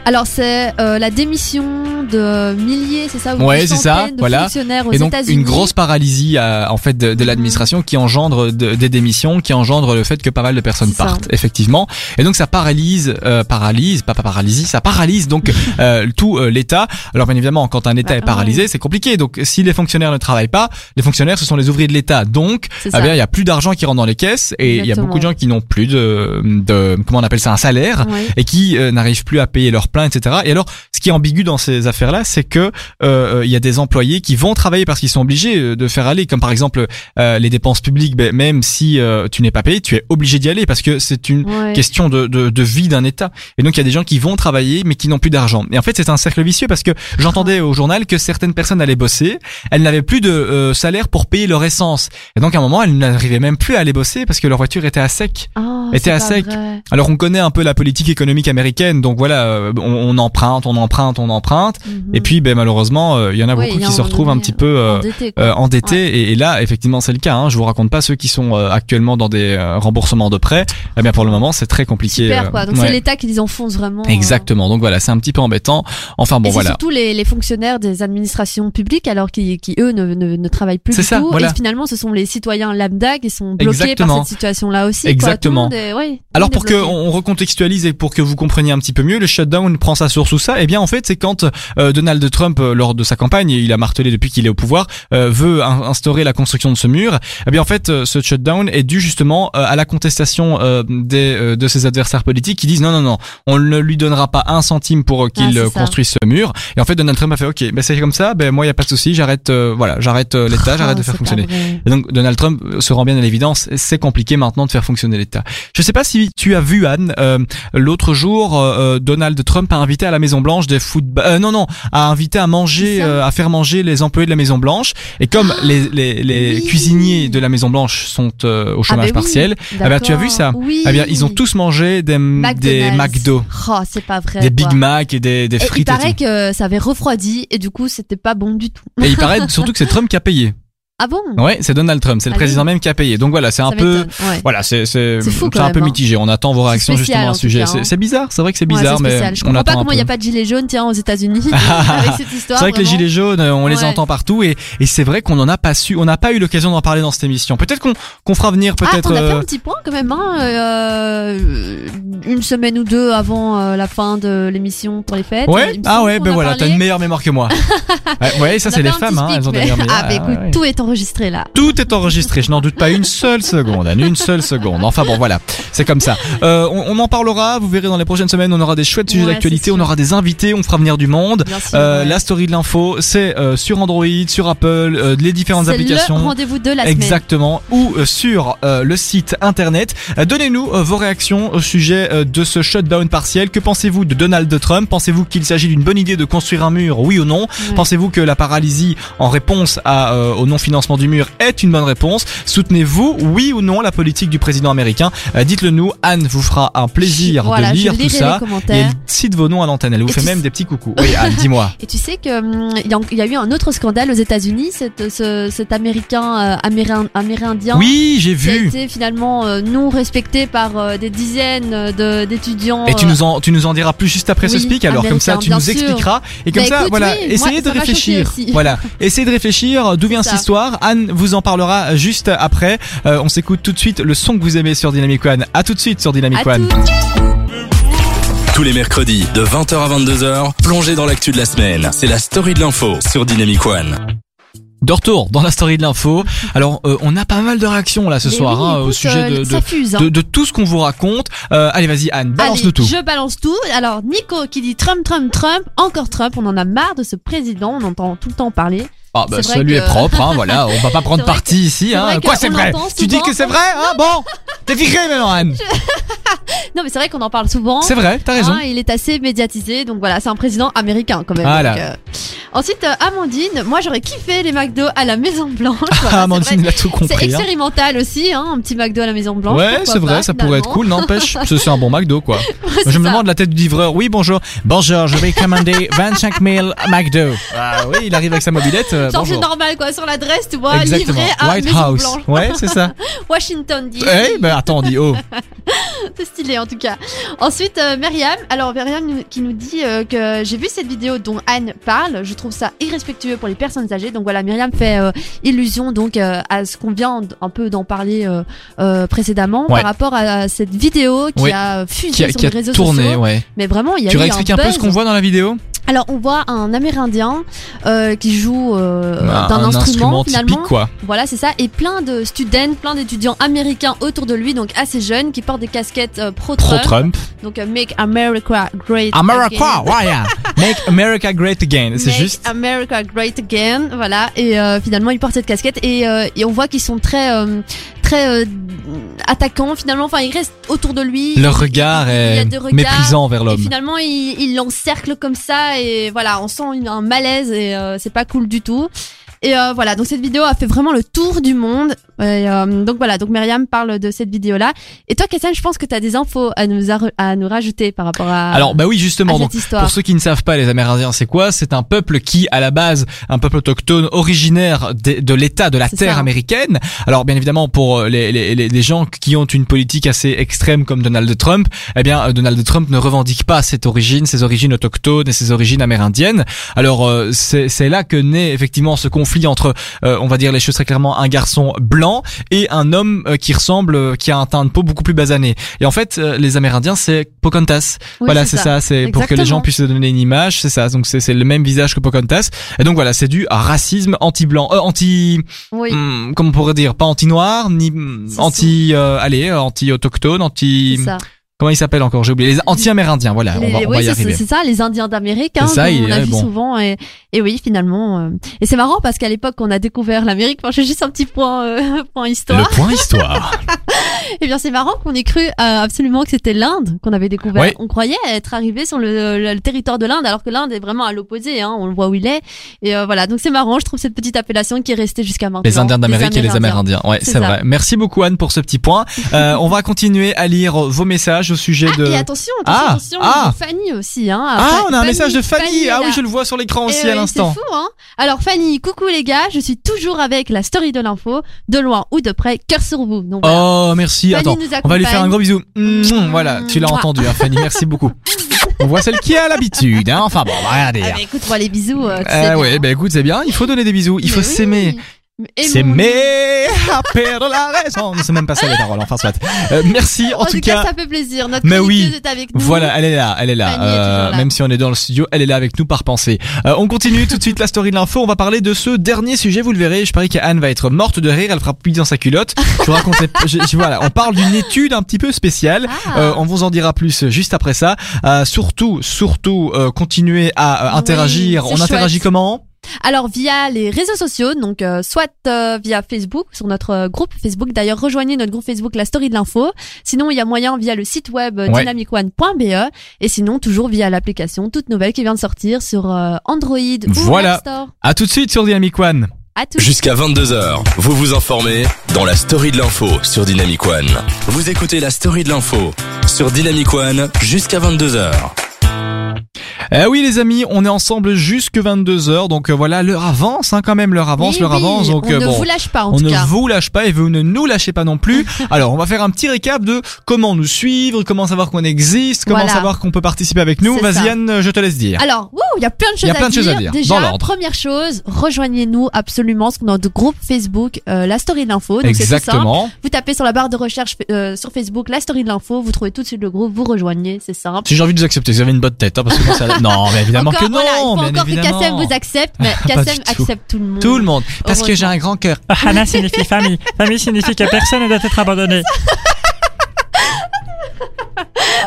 [SPEAKER 3] Alors c'est euh, la démission de milliers, c'est ça ou
[SPEAKER 2] Ouais,
[SPEAKER 3] de
[SPEAKER 2] c'est ça,
[SPEAKER 3] centaines de
[SPEAKER 2] voilà.
[SPEAKER 3] fonctionnaires aux
[SPEAKER 2] Et donc
[SPEAKER 3] États-Unis. Mm-hmm.
[SPEAKER 2] une grosse paralysie euh, en fait de, de l'administration qui engendre de- des démissions, qui engendre le fait que pas mal de personnes
[SPEAKER 3] C'est ça.
[SPEAKER 2] partent effectivement. Et donc ça paralyse, euh, paralyse, pas, pas paralysie, ça paralyse
[SPEAKER 3] [laughs]
[SPEAKER 2] donc euh, tout euh, l'État. Alors bien évidemment quand un État
[SPEAKER 3] Bah,
[SPEAKER 2] est paralysé, c'est compliqué. Donc si les fonctionnaires ne travaillent pas, les fonctionnaires ce sont les ouvriers de l'État. Donc
[SPEAKER 3] C'est
[SPEAKER 2] ah
[SPEAKER 3] ça.
[SPEAKER 2] bien, il y a plus d'argent qui rentre dans les caisses et il y a
[SPEAKER 3] Exactement.
[SPEAKER 2] beaucoup de gens qui n'ont plus de, de comment on appelle ça un salaire
[SPEAKER 3] Ouais.
[SPEAKER 2] et qui euh, n'arrivent plus à payer leur plein, etc. Et alors, ce qui est ambigu dans ces affaires-là, c'est que euh, euh, il y a des employés qui vont travailler parce qu'ils sont obligés euh, de faire aller, comme par exemple euh, les dépenses publiques. Ben, même si euh, tu n'es pas payé, tu es obligé d'y aller parce que c'est une [laughs]
[SPEAKER 3] Ouais.
[SPEAKER 2] question de, de, de vie d'un État. Et donc, il y a des gens qui vont travailler, mais qui n'ont plus d'argent. Et en fait, c'est un cercle vicieux parce que j'entendais au journal que certaines personnes allaient bosser, elles n'avaient plus de euh, salaire pour payer leur essence. Et donc, à un moment, elles n'arrivaient même plus à aller bosser parce que leur voiture était à sec.
[SPEAKER 3] Ah,
[SPEAKER 2] était
[SPEAKER 3] c'est
[SPEAKER 2] à
[SPEAKER 3] pas
[SPEAKER 2] sec.
[SPEAKER 3] vrai.
[SPEAKER 2] Alors on connaît un peu la politique économique américaine, donc voilà, euh, on, on emprunte, on emprunte, on emprunte,
[SPEAKER 3] Mhm.
[SPEAKER 2] et puis ben malheureusement, euh, il y en a
[SPEAKER 3] Oui,
[SPEAKER 2] beaucoup
[SPEAKER 3] il y a
[SPEAKER 2] qui
[SPEAKER 3] un
[SPEAKER 2] se
[SPEAKER 3] moment
[SPEAKER 2] retrouvent un
[SPEAKER 3] donné,
[SPEAKER 2] petit peu euh,
[SPEAKER 3] Endetté, quoi.
[SPEAKER 2] euh, endettés, et, et là effectivement c'est le cas. Hein, je vous raconte pas ceux qui sont euh, actuellement dans des euh, remboursements de prêts. Eh bien pour le moment c'est très compliqué.
[SPEAKER 3] Super
[SPEAKER 2] euh,
[SPEAKER 3] quoi. Donc
[SPEAKER 2] ouais.
[SPEAKER 3] c'est l'État qui les enfonce vraiment. euh.
[SPEAKER 2] Exactement. Donc voilà, c'est un petit peu embêtant. Enfin bon
[SPEAKER 3] et c'est
[SPEAKER 2] voilà.
[SPEAKER 3] surtout les, les fonctionnaires des administrations publiques alors qui, qui eux ne, ne, ne travaillent plus
[SPEAKER 2] C'est
[SPEAKER 3] du
[SPEAKER 2] ça,
[SPEAKER 3] tout
[SPEAKER 2] voilà.
[SPEAKER 3] et finalement ce sont les citoyens lambda qui sont bloqués
[SPEAKER 2] Exactement.
[SPEAKER 3] par cette situation là aussi
[SPEAKER 2] Exactement.
[SPEAKER 3] quoi. Tout le monde est- ouais, tout le monde
[SPEAKER 2] Alors
[SPEAKER 3] est
[SPEAKER 2] pour que
[SPEAKER 3] bloqué.
[SPEAKER 2] on on recontextualise et pour que vous compreniez un petit peu mieux, le shutdown prend sa source où ça Eh bien en fait c'est quand euh, Donald Trump euh, lors de sa campagne, et il a martelé depuis qu'il est au pouvoir, euh, veut in- instaurer la construction de ce mur. Eh bien en fait euh, ce shutdown est dû justement euh, à la contestation euh, des, euh, de ses adversaires politiques qui disent non non non, on ne lui donnera pas un centime pour euh,
[SPEAKER 3] Ah,
[SPEAKER 2] qu'il
[SPEAKER 3] c'est
[SPEAKER 2] euh,
[SPEAKER 3] ça.
[SPEAKER 2] construise ce mur. Et en fait Donald Trump a fait ok, ben c'est comme ça, ben moi il y a pas de souci, j'arrête euh, voilà, j'arrête euh,
[SPEAKER 3] [laughs]
[SPEAKER 2] l'État, j'arrête
[SPEAKER 3] Ah,
[SPEAKER 2] de faire
[SPEAKER 3] c'est pas
[SPEAKER 2] fonctionner.
[SPEAKER 3] vrai.
[SPEAKER 2] Et donc Donald Trump se rend bien à l'évidence, c'est compliqué maintenant de faire fonctionner l'État. Je sais pas si tu as vu Anne, euh, l'autre jour euh, euh, Donald Trump a invité à la Maison Blanche des football euh, non non, a invité à manger
[SPEAKER 3] C'est ça. Ah
[SPEAKER 2] euh, à faire manger les employés de la Maison Blanche et comme les les, les
[SPEAKER 3] oui.
[SPEAKER 2] cuisiniers de la Maison Blanche sont euh, au
[SPEAKER 3] Ah,
[SPEAKER 2] chômage
[SPEAKER 3] ben oui,
[SPEAKER 2] partiel, eh ben, tu as vu ça
[SPEAKER 3] d'accord. Oui.
[SPEAKER 2] eh bien ils ont tous mangé des des
[SPEAKER 3] McDonald's.
[SPEAKER 2] McDo,
[SPEAKER 3] Oh, c'est pas vrai.
[SPEAKER 2] des
[SPEAKER 3] quoi.
[SPEAKER 2] Big Mac et des des
[SPEAKER 3] Et il
[SPEAKER 2] frites et,
[SPEAKER 3] paraît
[SPEAKER 2] tout.
[SPEAKER 3] que ça avait refroidi et du coup c'était pas bon du tout.
[SPEAKER 2] Et il paraît surtout que c'est Trump qui a payé.
[SPEAKER 3] Ah bon
[SPEAKER 2] Ouais, c'est Donald Trump, c'est le
[SPEAKER 3] Ah oui.
[SPEAKER 2] président même qui a payé. Donc voilà, c'est un
[SPEAKER 3] Ça
[SPEAKER 2] peu
[SPEAKER 3] m'étonne, ouais.
[SPEAKER 2] Voilà, c'est c'est
[SPEAKER 3] C'est fou
[SPEAKER 2] c'est un
[SPEAKER 3] quand même,
[SPEAKER 2] peu
[SPEAKER 3] hein.
[SPEAKER 2] mitigé. On attend vos
[SPEAKER 3] C'est
[SPEAKER 2] réactions
[SPEAKER 3] spécial,
[SPEAKER 2] justement
[SPEAKER 3] en
[SPEAKER 2] à ce
[SPEAKER 3] tout
[SPEAKER 2] sujet.
[SPEAKER 3] cas,
[SPEAKER 2] C'est
[SPEAKER 3] hein.
[SPEAKER 2] c'est bizarre, c'est vrai que c'est
[SPEAKER 3] Ouais, c'est
[SPEAKER 2] bizarre, mais
[SPEAKER 3] spécial. je
[SPEAKER 2] on
[SPEAKER 3] comprends
[SPEAKER 2] attend
[SPEAKER 3] pas
[SPEAKER 2] un
[SPEAKER 3] comment il n'y a
[SPEAKER 2] peu.
[SPEAKER 3] pas de gilet jaune tiens aux États-Unis
[SPEAKER 2] [laughs]
[SPEAKER 3] avec cette histoire.
[SPEAKER 2] C'est vrai que les
[SPEAKER 3] vraiment.
[SPEAKER 2] gilets jaunes, euh, on les
[SPEAKER 3] Ouais.
[SPEAKER 2] entend partout et, et c'est vrai qu'on n'en a pas su, on n'a pas eu l'occasion d'en parler dans cette émission. Peut-être qu'on qu'on fera venir peut-être.
[SPEAKER 3] Ah, on a fait
[SPEAKER 2] euh,
[SPEAKER 3] un petit point quand même, hein, euh, une semaine ou deux avant euh, la fin de l'émission pour les fêtes. Il
[SPEAKER 2] Ouais.
[SPEAKER 3] me
[SPEAKER 2] Ah
[SPEAKER 3] semble
[SPEAKER 2] ouais,
[SPEAKER 3] qu'on
[SPEAKER 2] ben
[SPEAKER 3] a
[SPEAKER 2] voilà,
[SPEAKER 3] parlé.
[SPEAKER 2] t'as une meilleure mémoire que
[SPEAKER 3] [laughs]
[SPEAKER 2] moi. ouais, ouais, ça
[SPEAKER 3] On a
[SPEAKER 2] c'est les
[SPEAKER 3] fait un
[SPEAKER 2] femmes,
[SPEAKER 3] petit
[SPEAKER 2] hein,
[SPEAKER 3] speak,
[SPEAKER 2] elles ont des
[SPEAKER 3] mais-
[SPEAKER 2] meilleures mémoires.
[SPEAKER 3] Ah, bah écoute,
[SPEAKER 2] ouais, ouais.
[SPEAKER 3] tout est enregistré là.
[SPEAKER 2] Tout est enregistré, je n'en doute pas une seule seconde, Anne, une seule seconde. Enfin bon, voilà, c'est comme ça. Euh, on, on en parlera, vous verrez dans les prochaines semaines, on aura des chouettes sujets
[SPEAKER 3] Ouais, c'est
[SPEAKER 2] d'actualité,
[SPEAKER 3] sûr.
[SPEAKER 2] on aura des invités, on fera venir du monde.
[SPEAKER 3] Bien sûr,
[SPEAKER 2] Euh,
[SPEAKER 3] ouais.
[SPEAKER 2] La story de l'info, c'est euh, sur Android, sur Apple, euh, les différentes
[SPEAKER 3] C'est le
[SPEAKER 2] applications.
[SPEAKER 3] rendez-vous de la semaine.
[SPEAKER 2] Exactement, ou euh, sur euh, le site internet. Euh, Donnez-nous euh, vos réactions au sujet euh, de ce shutdown partiel. Que pensez-vous de Donald Trump Pensez-vous qu'il s'agit d'une bonne idée de construire un mur, oui ou non
[SPEAKER 3] Ouais.
[SPEAKER 2] Pensez-vous que la paralysie en réponse à, euh, au non-financement du mur est une bonne réponse Soutenez-vous, oui ou non, la politique du président américain Euh, Dites-le nous, Anne vous fera un plaisir
[SPEAKER 3] Voilà,
[SPEAKER 2] de lire
[SPEAKER 3] je
[SPEAKER 2] tout
[SPEAKER 3] lirai
[SPEAKER 2] ça.
[SPEAKER 3] les
[SPEAKER 2] Et
[SPEAKER 3] commentaires.
[SPEAKER 2] elle cite vos noms à l'antenne, elle vous
[SPEAKER 3] Et
[SPEAKER 2] fait
[SPEAKER 3] tu
[SPEAKER 2] même
[SPEAKER 3] sais-
[SPEAKER 2] des petits coucous. Oui, Anne, dis-moi.
[SPEAKER 3] Et tu sais que hum, il y a- il y, a eu un autre scandale aux États-Unis, cet, ce- cet américain euh, amérin- amérindien.
[SPEAKER 2] Oui, j'ai
[SPEAKER 3] qui a
[SPEAKER 2] vu.
[SPEAKER 3] été finalement euh, non respecté par euh, des dizaines de- d'étudiants.
[SPEAKER 2] Et tu
[SPEAKER 3] euh,
[SPEAKER 2] nous en tu nous en diras plus juste après ce
[SPEAKER 3] oui,
[SPEAKER 2] speak alors comme ça
[SPEAKER 3] américain,
[SPEAKER 2] tu
[SPEAKER 3] bien
[SPEAKER 2] nous
[SPEAKER 3] sûr.
[SPEAKER 2] expliqueras et comme
[SPEAKER 3] Bah
[SPEAKER 2] ça
[SPEAKER 3] écoute,
[SPEAKER 2] voilà
[SPEAKER 3] oui, moi,
[SPEAKER 2] essayez de
[SPEAKER 3] ça m'a choquée
[SPEAKER 2] réfléchir
[SPEAKER 3] aussi.
[SPEAKER 2] voilà essayez de réfléchir d'où vient
[SPEAKER 3] C'est
[SPEAKER 2] cette
[SPEAKER 3] ça.
[SPEAKER 2] histoire Anne vous en parlera juste après Euh, on s'écoute tout de suite le son que vous aimez sur Dynamic One à tout de suite sur Dynamic
[SPEAKER 3] à
[SPEAKER 2] One
[SPEAKER 3] toutes.
[SPEAKER 1] Tous les mercredis de 20h à 22h, plongez dans l'actu de la semaine. C'est la story de l'info sur Dynamic One.
[SPEAKER 2] De retour dans la story de l'info. Alors euh, on a pas mal de réactions là ce
[SPEAKER 3] Mais
[SPEAKER 2] soir
[SPEAKER 3] oui,
[SPEAKER 2] hein, au
[SPEAKER 3] écoute,
[SPEAKER 2] sujet
[SPEAKER 3] euh,
[SPEAKER 2] de,
[SPEAKER 3] ça
[SPEAKER 2] de,
[SPEAKER 3] fuse, hein.
[SPEAKER 2] de, de tout ce qu'on vous raconte. Euh, allez vas-y Anne, balance
[SPEAKER 3] Allez,
[SPEAKER 2] nous tout.
[SPEAKER 3] Je balance tout. Alors, Nico qui dit Trump, Trump, Trump, encore Trump. On en a marre de ce président. On entend tout le temps parler.
[SPEAKER 2] Ah bah
[SPEAKER 3] c'est vrai
[SPEAKER 2] celui
[SPEAKER 3] que-
[SPEAKER 2] est propre, hein,
[SPEAKER 3] [laughs]
[SPEAKER 2] voilà, on va pas prendre
[SPEAKER 3] C'est vrai
[SPEAKER 2] parti ici.
[SPEAKER 3] c'est
[SPEAKER 2] Hein.
[SPEAKER 3] vrai
[SPEAKER 2] Quoi
[SPEAKER 3] qu'on
[SPEAKER 2] c'est vrai
[SPEAKER 3] entend
[SPEAKER 2] Tu dis
[SPEAKER 3] souvent-
[SPEAKER 2] que c'est vrai hein Bon T'es viré maintenant Anne
[SPEAKER 3] Non, mais c'est vrai qu'on en parle souvent.
[SPEAKER 2] C'est vrai, t'as raison.
[SPEAKER 3] Hein, il est assez médiatisé. Donc voilà, c'est un président américain quand même.
[SPEAKER 2] Voilà.
[SPEAKER 3] Donc, euh, Ensuite, euh, Amandine. Moi, j'aurais kiffé les McDo à la Maison
[SPEAKER 2] [laughs]
[SPEAKER 3] Blanche. Voilà, c'est
[SPEAKER 2] Ah, Amandine,
[SPEAKER 3] vrai.
[SPEAKER 2] il a tout
[SPEAKER 3] C'est
[SPEAKER 2] compris. hein.
[SPEAKER 3] expérimental aussi, hein, un petit McDo à la Maison Blanche.
[SPEAKER 2] Ouais,
[SPEAKER 3] pourquoi
[SPEAKER 2] c'est vrai,
[SPEAKER 3] pas,
[SPEAKER 2] ça pourrait être
[SPEAKER 3] finalement.
[SPEAKER 2] cool, n'empêche.
[SPEAKER 3] [laughs]
[SPEAKER 2] ce- C'est un bon McDo, quoi.
[SPEAKER 3] Ouais, [laughs] c'est
[SPEAKER 2] Je me
[SPEAKER 3] ça.
[SPEAKER 2] demande la tête du livreur. Oui, bonjour. Bonjour, je vais
[SPEAKER 3] [laughs]
[SPEAKER 2] commander 25 000 McDo. Ah oui, il arrive avec sa mobilette. euh,
[SPEAKER 3] Genre, c'est
[SPEAKER 2] bonjour.
[SPEAKER 3] normal quoi, sur l'adresse, tu vois,
[SPEAKER 2] Exactement.
[SPEAKER 3] livré à
[SPEAKER 2] White
[SPEAKER 3] Maison
[SPEAKER 2] House.
[SPEAKER 3] [laughs]
[SPEAKER 2] Eh
[SPEAKER 3] Blanche.
[SPEAKER 2] Ouais, c'est ça.
[SPEAKER 3] Washington DC.
[SPEAKER 2] Eh, ben attends, dis oh.
[SPEAKER 3] [laughs] C'est stylé. stylé en tout cas. Ensuite, euh, Myriam. Alors, Myriam nous- qui nous dit euh, que j'ai vu cette vidéo dont Anne parle. Je trouve ça irrespectueux pour les personnes âgées. Donc voilà, Myriam fait euh, illusion donc euh, à ce qu'on vient d- un peu d'en parler euh, euh, précédemment
[SPEAKER 2] Ouais.
[SPEAKER 3] par rapport à cette vidéo qui
[SPEAKER 2] Oui.
[SPEAKER 3] a fusé
[SPEAKER 2] Qui a,
[SPEAKER 3] sur
[SPEAKER 2] qui a
[SPEAKER 3] les réseaux
[SPEAKER 2] tourné,
[SPEAKER 3] sociaux.
[SPEAKER 2] ouais.
[SPEAKER 3] Mais vraiment, il y a
[SPEAKER 2] Tu
[SPEAKER 3] eu
[SPEAKER 2] réexpliques
[SPEAKER 3] un,
[SPEAKER 2] un, peu
[SPEAKER 3] buzz.
[SPEAKER 2] ce qu'on voit dans la vidéo
[SPEAKER 3] Alors, on voit un Amérindien euh, qui joue euh,
[SPEAKER 2] Ah, Un-
[SPEAKER 3] d'un
[SPEAKER 2] Un
[SPEAKER 3] instrument, finalement.
[SPEAKER 2] typique, quoi.
[SPEAKER 3] Voilà, c'est ça. Et plein de students, plein d'étudiants américains autour de lui, donc assez jeunes, qui portent des casquettes euh, pro-Trump.
[SPEAKER 2] Pro-Trump.
[SPEAKER 3] donc euh, Make America Great
[SPEAKER 2] America,
[SPEAKER 3] Again.
[SPEAKER 2] yeah. [laughs] Make America Great Again. C'est
[SPEAKER 3] Make
[SPEAKER 2] juste.
[SPEAKER 3] America Great Again, voilà. Et euh, finalement, ils portent cette casquette et, euh, et on voit qu'ils sont très, euh, très euh, attaquants finalement. Enfin, ils restent autour de lui.
[SPEAKER 2] Leur regard
[SPEAKER 3] il y a
[SPEAKER 2] est
[SPEAKER 3] des regards,
[SPEAKER 2] méprisant vers
[SPEAKER 3] Et
[SPEAKER 2] l'homme.
[SPEAKER 3] finalement, il il l'encercle comme ça et voilà, on sent une- un malaise et euh, c'est pas cool du tout. Et euh, voilà, donc cette vidéo a fait vraiment le tour du monde. Et, euh, donc voilà, donc Myriam parle de cette vidéo-là. Et toi, Cassian, je pense que tu as des infos à nous, a- à nous rajouter par rapport à,
[SPEAKER 2] Alors, bah oui,
[SPEAKER 3] à
[SPEAKER 2] justement. donc,
[SPEAKER 3] cette histoire.
[SPEAKER 2] Pour ceux qui ne savent pas, les Amérindiens, c'est quoi C'est un peuple qui, à la base, un peuple autochtone originaire de, de l'État, de la
[SPEAKER 3] C'est
[SPEAKER 2] terre
[SPEAKER 3] ça.
[SPEAKER 2] américaine. Alors, bien évidemment, pour euh, les, les, les- les gens qui ont une politique assez extrême comme Donald Trump, eh bien, euh, Donald Trump ne revendique pas cette origine, ses origines autochtones et ses origines amérindiennes. Alors, euh, c'est c'est là que naît effectivement ce conflit entre, euh, on va dire les choses très clairement, un garçon blanc et un homme euh, qui ressemble, euh, qui a un teint de peau beaucoup plus basané. Et en fait, euh, les Amérindiens, c'est Pocahontas
[SPEAKER 3] Oui,
[SPEAKER 2] voilà, c'est ça, c'est pour que les gens
[SPEAKER 3] Exactement.
[SPEAKER 2] puissent se donner une image, c'est ça. Donc c'est c'est le même visage que Pocahontas. Et donc voilà, c'est dû à racisme anti-blanc, euh, anti,
[SPEAKER 3] Oui.
[SPEAKER 2] hum, comment on pourrait dire, pas anti-noir, ni hum,
[SPEAKER 3] Si,
[SPEAKER 2] anti, euh, allez, euh, anti-autochtone, anti,
[SPEAKER 3] c'est ça.
[SPEAKER 2] comment ils s'appellent encore, j'ai oublié, les anti-amérindiens. Voilà, Mm. Euh, on
[SPEAKER 3] Les-
[SPEAKER 2] va, on va y
[SPEAKER 3] oui, c'est-
[SPEAKER 2] arriver.
[SPEAKER 3] c'est ça, les Indiens d'Amérique,
[SPEAKER 2] C'est
[SPEAKER 3] hein,
[SPEAKER 2] ça,
[SPEAKER 3] dont
[SPEAKER 2] il-
[SPEAKER 3] on a
[SPEAKER 2] ouais,
[SPEAKER 3] vu
[SPEAKER 2] bon.
[SPEAKER 3] souvent. Et, et oui, finalement. euh, Et c'est marrant parce qu'à l'époque, on a découvert l'Amérique. Enfin, je fais juste un petit point, euh, [laughs] point histoire.
[SPEAKER 2] Le point histoire.
[SPEAKER 3] [laughs] Eh bien, c'est marrant qu'on ait cru euh, absolument que c'était l'Inde qu'on avait découvert.
[SPEAKER 2] Ouais.
[SPEAKER 3] On croyait être arrivé sur le, le- le territoire de l'Inde, alors que l'Inde est vraiment à l'opposé. Hein, on le voit où il est. Et euh, voilà, donc c'est marrant. Je trouve cette petite appellation qui est restée jusqu'à maintenant.
[SPEAKER 2] Les Indiens d'Amérique et les
[SPEAKER 3] Amérindiens.
[SPEAKER 2] Amérindiens. Ouais,
[SPEAKER 3] C'est
[SPEAKER 2] c'est
[SPEAKER 3] ça.
[SPEAKER 2] vrai. Merci beaucoup Anne pour ce petit point.
[SPEAKER 3] [laughs]
[SPEAKER 2] Euh, on va continuer à lire vos messages au sujet de.
[SPEAKER 3] Et attention,
[SPEAKER 2] Ah,
[SPEAKER 3] attention, attention,
[SPEAKER 2] ah.
[SPEAKER 3] Fanny aussi. Hein,
[SPEAKER 2] Ah, on a un
[SPEAKER 3] Fanny-
[SPEAKER 2] message de Fanny.
[SPEAKER 3] est
[SPEAKER 2] Ah oui,
[SPEAKER 3] là.
[SPEAKER 2] je le vois sur l'écran
[SPEAKER 3] Eh
[SPEAKER 2] aussi
[SPEAKER 3] oui,
[SPEAKER 2] à l'instant.
[SPEAKER 3] C'est fou, hein Alors Fanny, coucou les gars, je suis toujours avec la story de l'info, de loin ou de près, cœur sur vous. Donc, voilà.
[SPEAKER 2] Oh, merci.
[SPEAKER 3] Fanny
[SPEAKER 2] Attends.
[SPEAKER 3] nous
[SPEAKER 2] On va lui
[SPEAKER 3] accompagne. Mmh.
[SPEAKER 2] faire un gros bisou. Mouah, Voilà, tu l'as
[SPEAKER 3] Mouah.
[SPEAKER 2] entendu, hein, Fanny. Merci beaucoup. On voit celle qui a l'habitude. Hein. Enfin bon, regardez.
[SPEAKER 3] Ah, bah, écoute-moi les bisous. euh, tu sais
[SPEAKER 2] Eh
[SPEAKER 3] bien.
[SPEAKER 2] ouais, bah écoute, c'est bien. Il faut donner des bisous. Il
[SPEAKER 3] Mais
[SPEAKER 2] faut
[SPEAKER 3] oui.
[SPEAKER 2] s'aimer.
[SPEAKER 3] Et mon-
[SPEAKER 2] S'aimer à perdre la raison. C'est même pas ça les paroles. Enfin soit. Euh, merci en,
[SPEAKER 3] En, tout cas, ça fait plaisir. Notre
[SPEAKER 2] Mais oui.
[SPEAKER 3] chroniqueuse est avec nous.
[SPEAKER 2] Voilà, elle est là, elle est là. Euh,
[SPEAKER 3] Fanny est toujours là.
[SPEAKER 2] Même si on est dans le studio, elle est là avec nous par pensée. Euh, on continue tout de suite la story de l'info. On va parler de ce dernier sujet. Vous le verrez, je parie qu'Anne va être morte de rire. Elle fera plus dans sa culotte. Je vous raconte. les- je- je- voilà, on parle d'une étude un petit peu spéciale.
[SPEAKER 3] Ah.
[SPEAKER 2] Euh, on vous en dira plus juste après ça. Euh, surtout, surtout, euh, continuez à euh,
[SPEAKER 3] Oui,
[SPEAKER 2] interagir.
[SPEAKER 3] c'est
[SPEAKER 2] on interagit
[SPEAKER 3] chouette.
[SPEAKER 2] comment
[SPEAKER 3] Alors via les réseaux sociaux, donc euh, soit euh, via Facebook, sur notre euh, groupe Facebook. D'ailleurs, rejoignez notre groupe Facebook La Story de l'info. Sinon, il y a moyen via le site web euh,
[SPEAKER 2] Ouais.
[SPEAKER 3] dynamicone.be E. et sinon toujours via l'application toute nouvelle qui vient de sortir sur euh, Android ou
[SPEAKER 2] Voilà.
[SPEAKER 3] App Store.
[SPEAKER 2] À tout de suite sur Dynamic One.
[SPEAKER 3] À tous.
[SPEAKER 1] Jusqu'à 22h, vous vous informez dans la story de l'info sur Dynamic One. Vous écoutez la story de l'info sur Dynamic One jusqu'à 22h.
[SPEAKER 2] Eh oui les amis, on est ensemble jusque 22h. Donc euh, voilà, l'heure avance hein, quand même, l'heure avance,
[SPEAKER 3] Eh
[SPEAKER 2] l'heure
[SPEAKER 3] oui,
[SPEAKER 2] avance. Donc
[SPEAKER 3] on
[SPEAKER 2] euh,
[SPEAKER 3] ne
[SPEAKER 2] bon.
[SPEAKER 3] vous lâche pas en
[SPEAKER 2] on
[SPEAKER 3] tout
[SPEAKER 2] ne
[SPEAKER 3] cas.
[SPEAKER 2] vous lâche pas et vous ne nous lâchez pas non
[SPEAKER 3] [laughs]
[SPEAKER 2] plus. Alors, on va faire un petit récap de comment nous suivre, comment savoir qu'on existe, comment
[SPEAKER 3] Voilà.
[SPEAKER 2] savoir qu'on peut participer avec nous.
[SPEAKER 3] C'est
[SPEAKER 2] Vas-y
[SPEAKER 3] ça.
[SPEAKER 2] Anne, je te laisse dire.
[SPEAKER 3] Alors, wouh, il y a plein de choses,
[SPEAKER 2] Il y a plein de choses à dire,
[SPEAKER 3] Déjà,
[SPEAKER 2] dans l'ordre.
[SPEAKER 3] première chose, rejoignez-nous absolument sur notre groupe Facebook euh, La Story de l'info. Donc c'est tout simple.
[SPEAKER 2] Exactement.
[SPEAKER 3] Vous tapez sur la barre de recherche euh, sur Facebook la story de l'info, vous trouvez tout de suite le groupe, vous rejoignez, c'est simple.
[SPEAKER 2] Si j'ai envie de vous accepter, vous avez une bonne tête, hein, parce que moi,
[SPEAKER 3] [laughs]
[SPEAKER 2] ça... non, mais évidemment
[SPEAKER 3] encore,
[SPEAKER 2] que non,
[SPEAKER 3] voilà, il faut
[SPEAKER 2] bien
[SPEAKER 3] encore
[SPEAKER 2] évidemment.
[SPEAKER 3] que Kassem vous accepte,
[SPEAKER 2] [laughs]
[SPEAKER 3] mais Kassem
[SPEAKER 2] du tout.
[SPEAKER 3] accepte tout le monde. [laughs]
[SPEAKER 2] Tout le monde. Parce que
[SPEAKER 3] Mm. Heureusement.
[SPEAKER 2] j'ai un grand cœur.
[SPEAKER 5] Hana signifie famille. Famille signifie que personne ne doit être abandonné.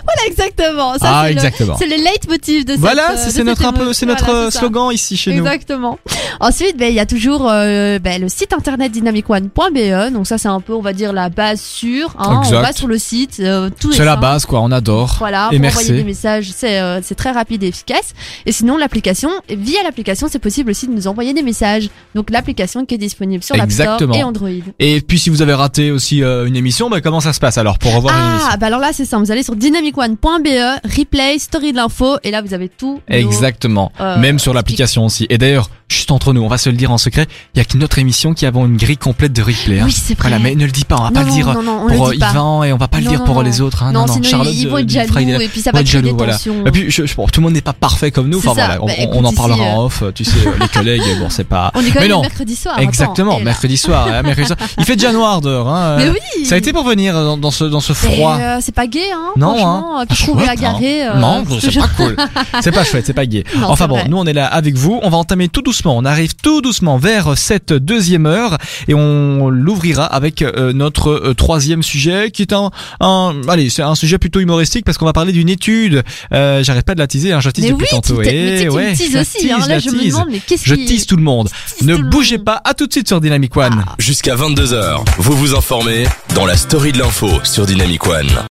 [SPEAKER 3] Voilà, exactement. Ça,
[SPEAKER 2] Ah,
[SPEAKER 3] c'est le-
[SPEAKER 2] exactement.
[SPEAKER 3] c'est le, leitmotiv de cette,
[SPEAKER 2] Voilà, c'est
[SPEAKER 3] euh, de
[SPEAKER 2] c'est
[SPEAKER 3] cette
[SPEAKER 2] notre, un peu,
[SPEAKER 3] émo-
[SPEAKER 2] c'est
[SPEAKER 3] voilà,
[SPEAKER 2] notre euh,
[SPEAKER 3] c'est ça.
[SPEAKER 2] slogan ici chez nous.
[SPEAKER 3] Exactement. Ensuite, ben, il y a toujours euh, ben, le site internet dynamicone.be. E, Donc ça, c'est un peu, on va dire, la base sûre. hein.
[SPEAKER 2] Exact.
[SPEAKER 3] On va sur le site, euh, tout est
[SPEAKER 2] C'est la
[SPEAKER 3] simple.
[SPEAKER 2] base, quoi, on adore.
[SPEAKER 3] Voilà,
[SPEAKER 2] Et
[SPEAKER 3] pour
[SPEAKER 2] merci.
[SPEAKER 3] envoyer des messages, c'est euh, c'est très rapide et efficace. Et sinon, l'application, via l'application, c'est possible aussi de nous envoyer des messages. Donc l'application qui est disponible sur l'App Store
[SPEAKER 2] Exactement.
[SPEAKER 3] et Android.
[SPEAKER 2] Et puis, si vous avez raté aussi euh, une émission, bah, comment ça se passe alors pour revoir une émission
[SPEAKER 3] Ah, bah alors là, c'est simple. Vous allez sur dynamicone.be, replay, story E, de l'info, et là, vous avez tout.
[SPEAKER 2] Exactement.
[SPEAKER 3] euh,
[SPEAKER 2] Même sur l'application aussi. Et d'ailleurs, juste entre nous, on va se le dire en secret, il y a que notre émission qui avons une grille complète de replay. hein.
[SPEAKER 3] Oui, c'est vrai.
[SPEAKER 2] Voilà, mais ne le dis pas, on va
[SPEAKER 3] non,
[SPEAKER 2] pas le dire
[SPEAKER 3] non, non, on
[SPEAKER 2] pour
[SPEAKER 3] le
[SPEAKER 2] euh,
[SPEAKER 3] dit pas.
[SPEAKER 2] Yvan et on va pas le
[SPEAKER 3] Non,
[SPEAKER 2] dire
[SPEAKER 3] non,
[SPEAKER 2] pour
[SPEAKER 3] non.
[SPEAKER 2] les autres. hein.
[SPEAKER 3] non,
[SPEAKER 2] non,
[SPEAKER 3] sinon, ils-
[SPEAKER 2] Charlotte
[SPEAKER 3] ils
[SPEAKER 2] de-
[SPEAKER 3] vont être
[SPEAKER 2] de Friday
[SPEAKER 3] jaloux
[SPEAKER 2] Night-
[SPEAKER 3] et puis ça
[SPEAKER 2] vont
[SPEAKER 3] va
[SPEAKER 2] être
[SPEAKER 3] créer des
[SPEAKER 2] jaloux, voilà.
[SPEAKER 3] tensions.
[SPEAKER 2] Et puis, je, je- bon, tout le monde n'est pas parfait comme nous.
[SPEAKER 3] C'est
[SPEAKER 2] Enfin
[SPEAKER 3] ça.
[SPEAKER 2] voilà, on,
[SPEAKER 3] Bah,
[SPEAKER 2] on- on
[SPEAKER 3] écoute,
[SPEAKER 2] en parlera
[SPEAKER 3] ici,
[SPEAKER 2] en off. Tu sais,
[SPEAKER 3] [laughs]
[SPEAKER 2] les collègues, bon, c'est pas.
[SPEAKER 3] Ah, On est quand
[SPEAKER 2] Mais
[SPEAKER 3] même
[SPEAKER 2] non.
[SPEAKER 3] le mercredi soir. attends,
[SPEAKER 2] Exactement,
[SPEAKER 3] et là-
[SPEAKER 2] mercredi soir, hein, mercredi soir. Il fait déjà noir dehors. Hein,
[SPEAKER 3] Mais
[SPEAKER 2] euh,
[SPEAKER 3] oui.
[SPEAKER 2] Ça a été pour venir dans, dans ce dans ce
[SPEAKER 3] Mais,
[SPEAKER 2] froid.
[SPEAKER 3] euh, c'est pas gay, hein.
[SPEAKER 2] Non,
[SPEAKER 3] franchement.
[SPEAKER 2] hein.
[SPEAKER 3] Puis
[SPEAKER 2] Pas
[SPEAKER 3] trouver à
[SPEAKER 2] chouette, hein.
[SPEAKER 3] garer. euh,
[SPEAKER 2] Non,
[SPEAKER 3] je te
[SPEAKER 2] c'est
[SPEAKER 3] jure.
[SPEAKER 2] pas cool. C'est pas chouette, c'est pas gay.
[SPEAKER 3] Non,
[SPEAKER 2] enfin
[SPEAKER 3] c'est
[SPEAKER 2] bon,
[SPEAKER 3] vrai.
[SPEAKER 2] nous on est là avec vous. On va entamer tout doucement. On arrive tout doucement vers euh, cette deuxième heure et on l'ouvrira avec euh, notre euh, troisième sujet qui est un, un allez, c'est un sujet plutôt humoristique parce qu'on va parler d'une étude. Euh, J'arrête pas de la teaser, hein, je tease
[SPEAKER 3] Mais
[SPEAKER 2] depuis
[SPEAKER 3] oui, tu,
[SPEAKER 2] tantôt.
[SPEAKER 3] t'es- mais tu sais,
[SPEAKER 2] Eh
[SPEAKER 3] tu
[SPEAKER 2] ouais,
[SPEAKER 3] me
[SPEAKER 2] je
[SPEAKER 3] teases
[SPEAKER 2] la
[SPEAKER 3] aussi. hein. Là,
[SPEAKER 2] tease,
[SPEAKER 3] je
[SPEAKER 2] je
[SPEAKER 3] me
[SPEAKER 2] tease.
[SPEAKER 3] demande, mais qu'est-ce
[SPEAKER 2] Je
[SPEAKER 3] qui-
[SPEAKER 2] tease tout le monde.
[SPEAKER 3] tease
[SPEAKER 2] Ne
[SPEAKER 3] tout le
[SPEAKER 2] bougez
[SPEAKER 3] monde.
[SPEAKER 2] pas, à tout de suite sur Dynamic One.
[SPEAKER 1] Jusqu'à 22h, vous vous informez dans la story de l'info sur Dynamic One.